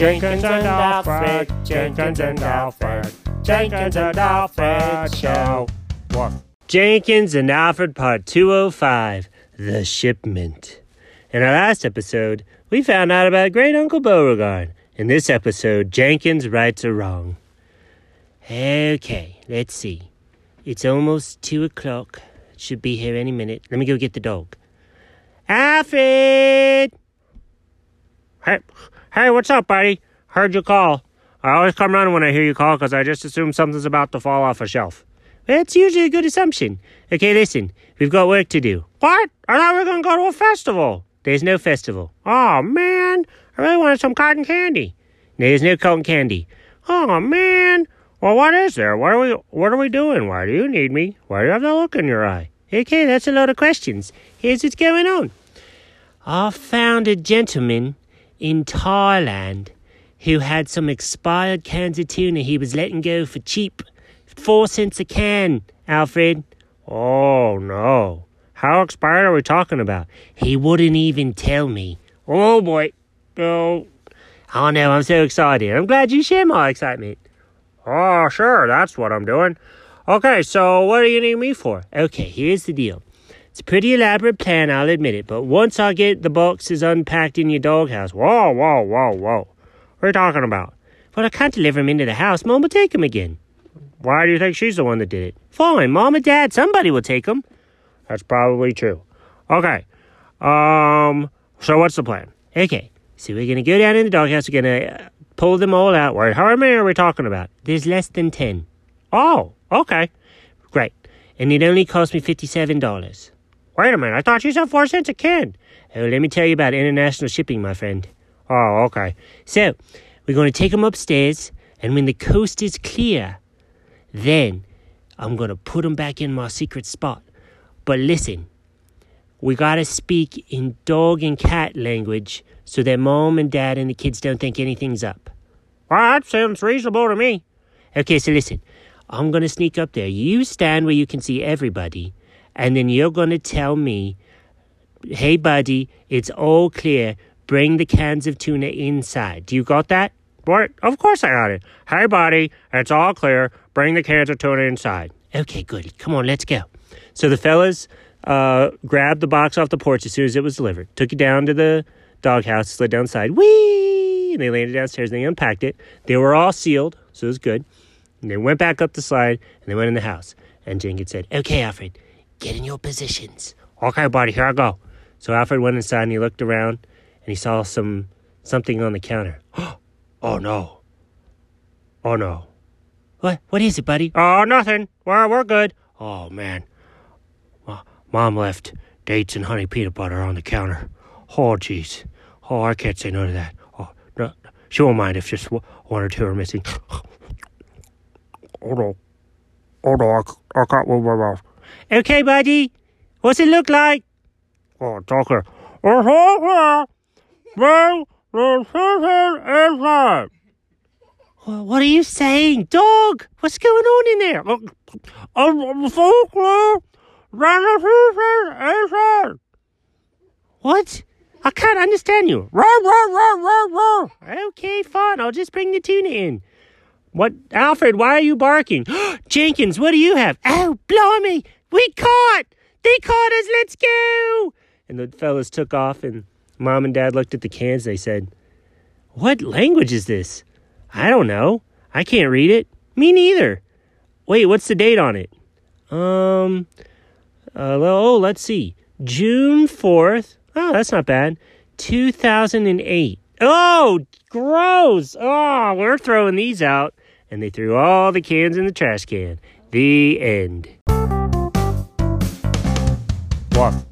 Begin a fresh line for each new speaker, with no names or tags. Jenkins and Alfred, Jenkins and Alfred, Jenkins and Alfred Show. What? Jenkins and Alfred Part 205 The Shipment. In our last episode, we found out about Great Uncle Beauregard. In this episode, Jenkins rights a wrong. Okay, let's see. It's almost two o'clock. Should be here any minute. Let me go get the dog. Alfred! Hey, hey, what's up, buddy? Heard you call. I always come running when I hear you call because I just assume something's about to fall off a shelf. That's usually a good assumption. Okay, listen, we've got work to do. What? I thought we were going to go to a festival. There's no festival. Oh, man. I really wanted some cotton candy. There's no cotton candy. Oh, man. Well, what is there? What are we, what are we doing? Why do you need me? Why do you have that look in your eye? Okay, that's a lot of questions. Here's what's going on. I found a gentleman in Thailand who had some expired cans of tuna he was letting go for cheap. Four cents a can, Alfred. Oh, no. How expired are we talking about? He wouldn't even tell me. Oh, boy. Oh. Oh, no, I'm so excited. I'm glad you share my excitement. Oh, sure, that's what I'm doing. Okay, so what do you need me for? Okay, here's the deal. It's a pretty elaborate plan, I'll admit it, but once I get the boxes unpacked in your doghouse, whoa, whoa, whoa, whoa. What are you talking about? But I can't deliver 'em into the house. Mom will take 'em again. Why do you think she's the one that did it? Fine, Mom and Dad, somebody will take 'em. That's probably true. Okay. Um, so what's the plan? Okay. So we're gonna go down in the doghouse. We're gonna uh, pull them all out. Wait, how many are we talking about? There's less than ten. Oh, okay. Great. And it only cost me fifty-seven dollars. Wait a minute. I thought you said four cents a can. Oh, let me tell you about international shipping, my friend. Oh, okay. So we're gonna take them upstairs, and when the coast is clear, then I'm gonna put them back in my secret spot. But listen, we gotta speak in dog and cat language so that mom and dad and the kids don't think anything's up. Well, that sounds reasonable to me. Okay, so listen, I'm gonna sneak up there. You stand where you can see everybody, and then you're gonna tell me, hey, buddy, it's all clear. Bring the cans of tuna inside. Do you got that? What? Of course I got it. Hey, buddy, it's all clear. Bring the cans of tuna inside. Okay, good. Come on, let's go. So the fellas uh, grabbed the box off the porch as soon as it was delivered, took it down to the doghouse, slid down the side, whee! And they landed downstairs and they unpacked it. They were all sealed, so it was good. And they went back up the slide and they went in the house. And Jenkins said, Okay, Alfred, get in your positions. Okay, buddy, here I go. So Alfred went inside and he looked around and he saw some something on the counter. oh no. Oh no. What what is it, buddy? Oh nothing. We're we're good. Oh man. Mom left dates and honey peanut butter on the counter. Oh, jeez. Oh, I can't say no to that. Oh, no, she won't mind if just one or two are missing. oh, no. Oh, no, I, c- I can't move my mouth. Okay, buddy. What's it look like? Oh, it's okay. It's okay. Well, the season is up. Wha- What are you saying? Dog, what's going on in there? Oh, I'm, I'm so close. eh, What? I can't understand you. Okay, fine. I'll just bring the tuna in. What, Alfred? Why are you barking? Jenkins, what do you have? Oh, blimey! We caught! They caught us. Let's go! And the fellas took off, and Mom and Dad looked at the cans. They said, "What language is this? I don't know. I can't read it. Me neither. Wait, what's the date on it? Um, uh, le- oh, let's see. June 4th. Oh, that's not bad. 2008. Oh, gross. Oh, we're throwing these out. And they threw all the cans in the trash can. The end. What?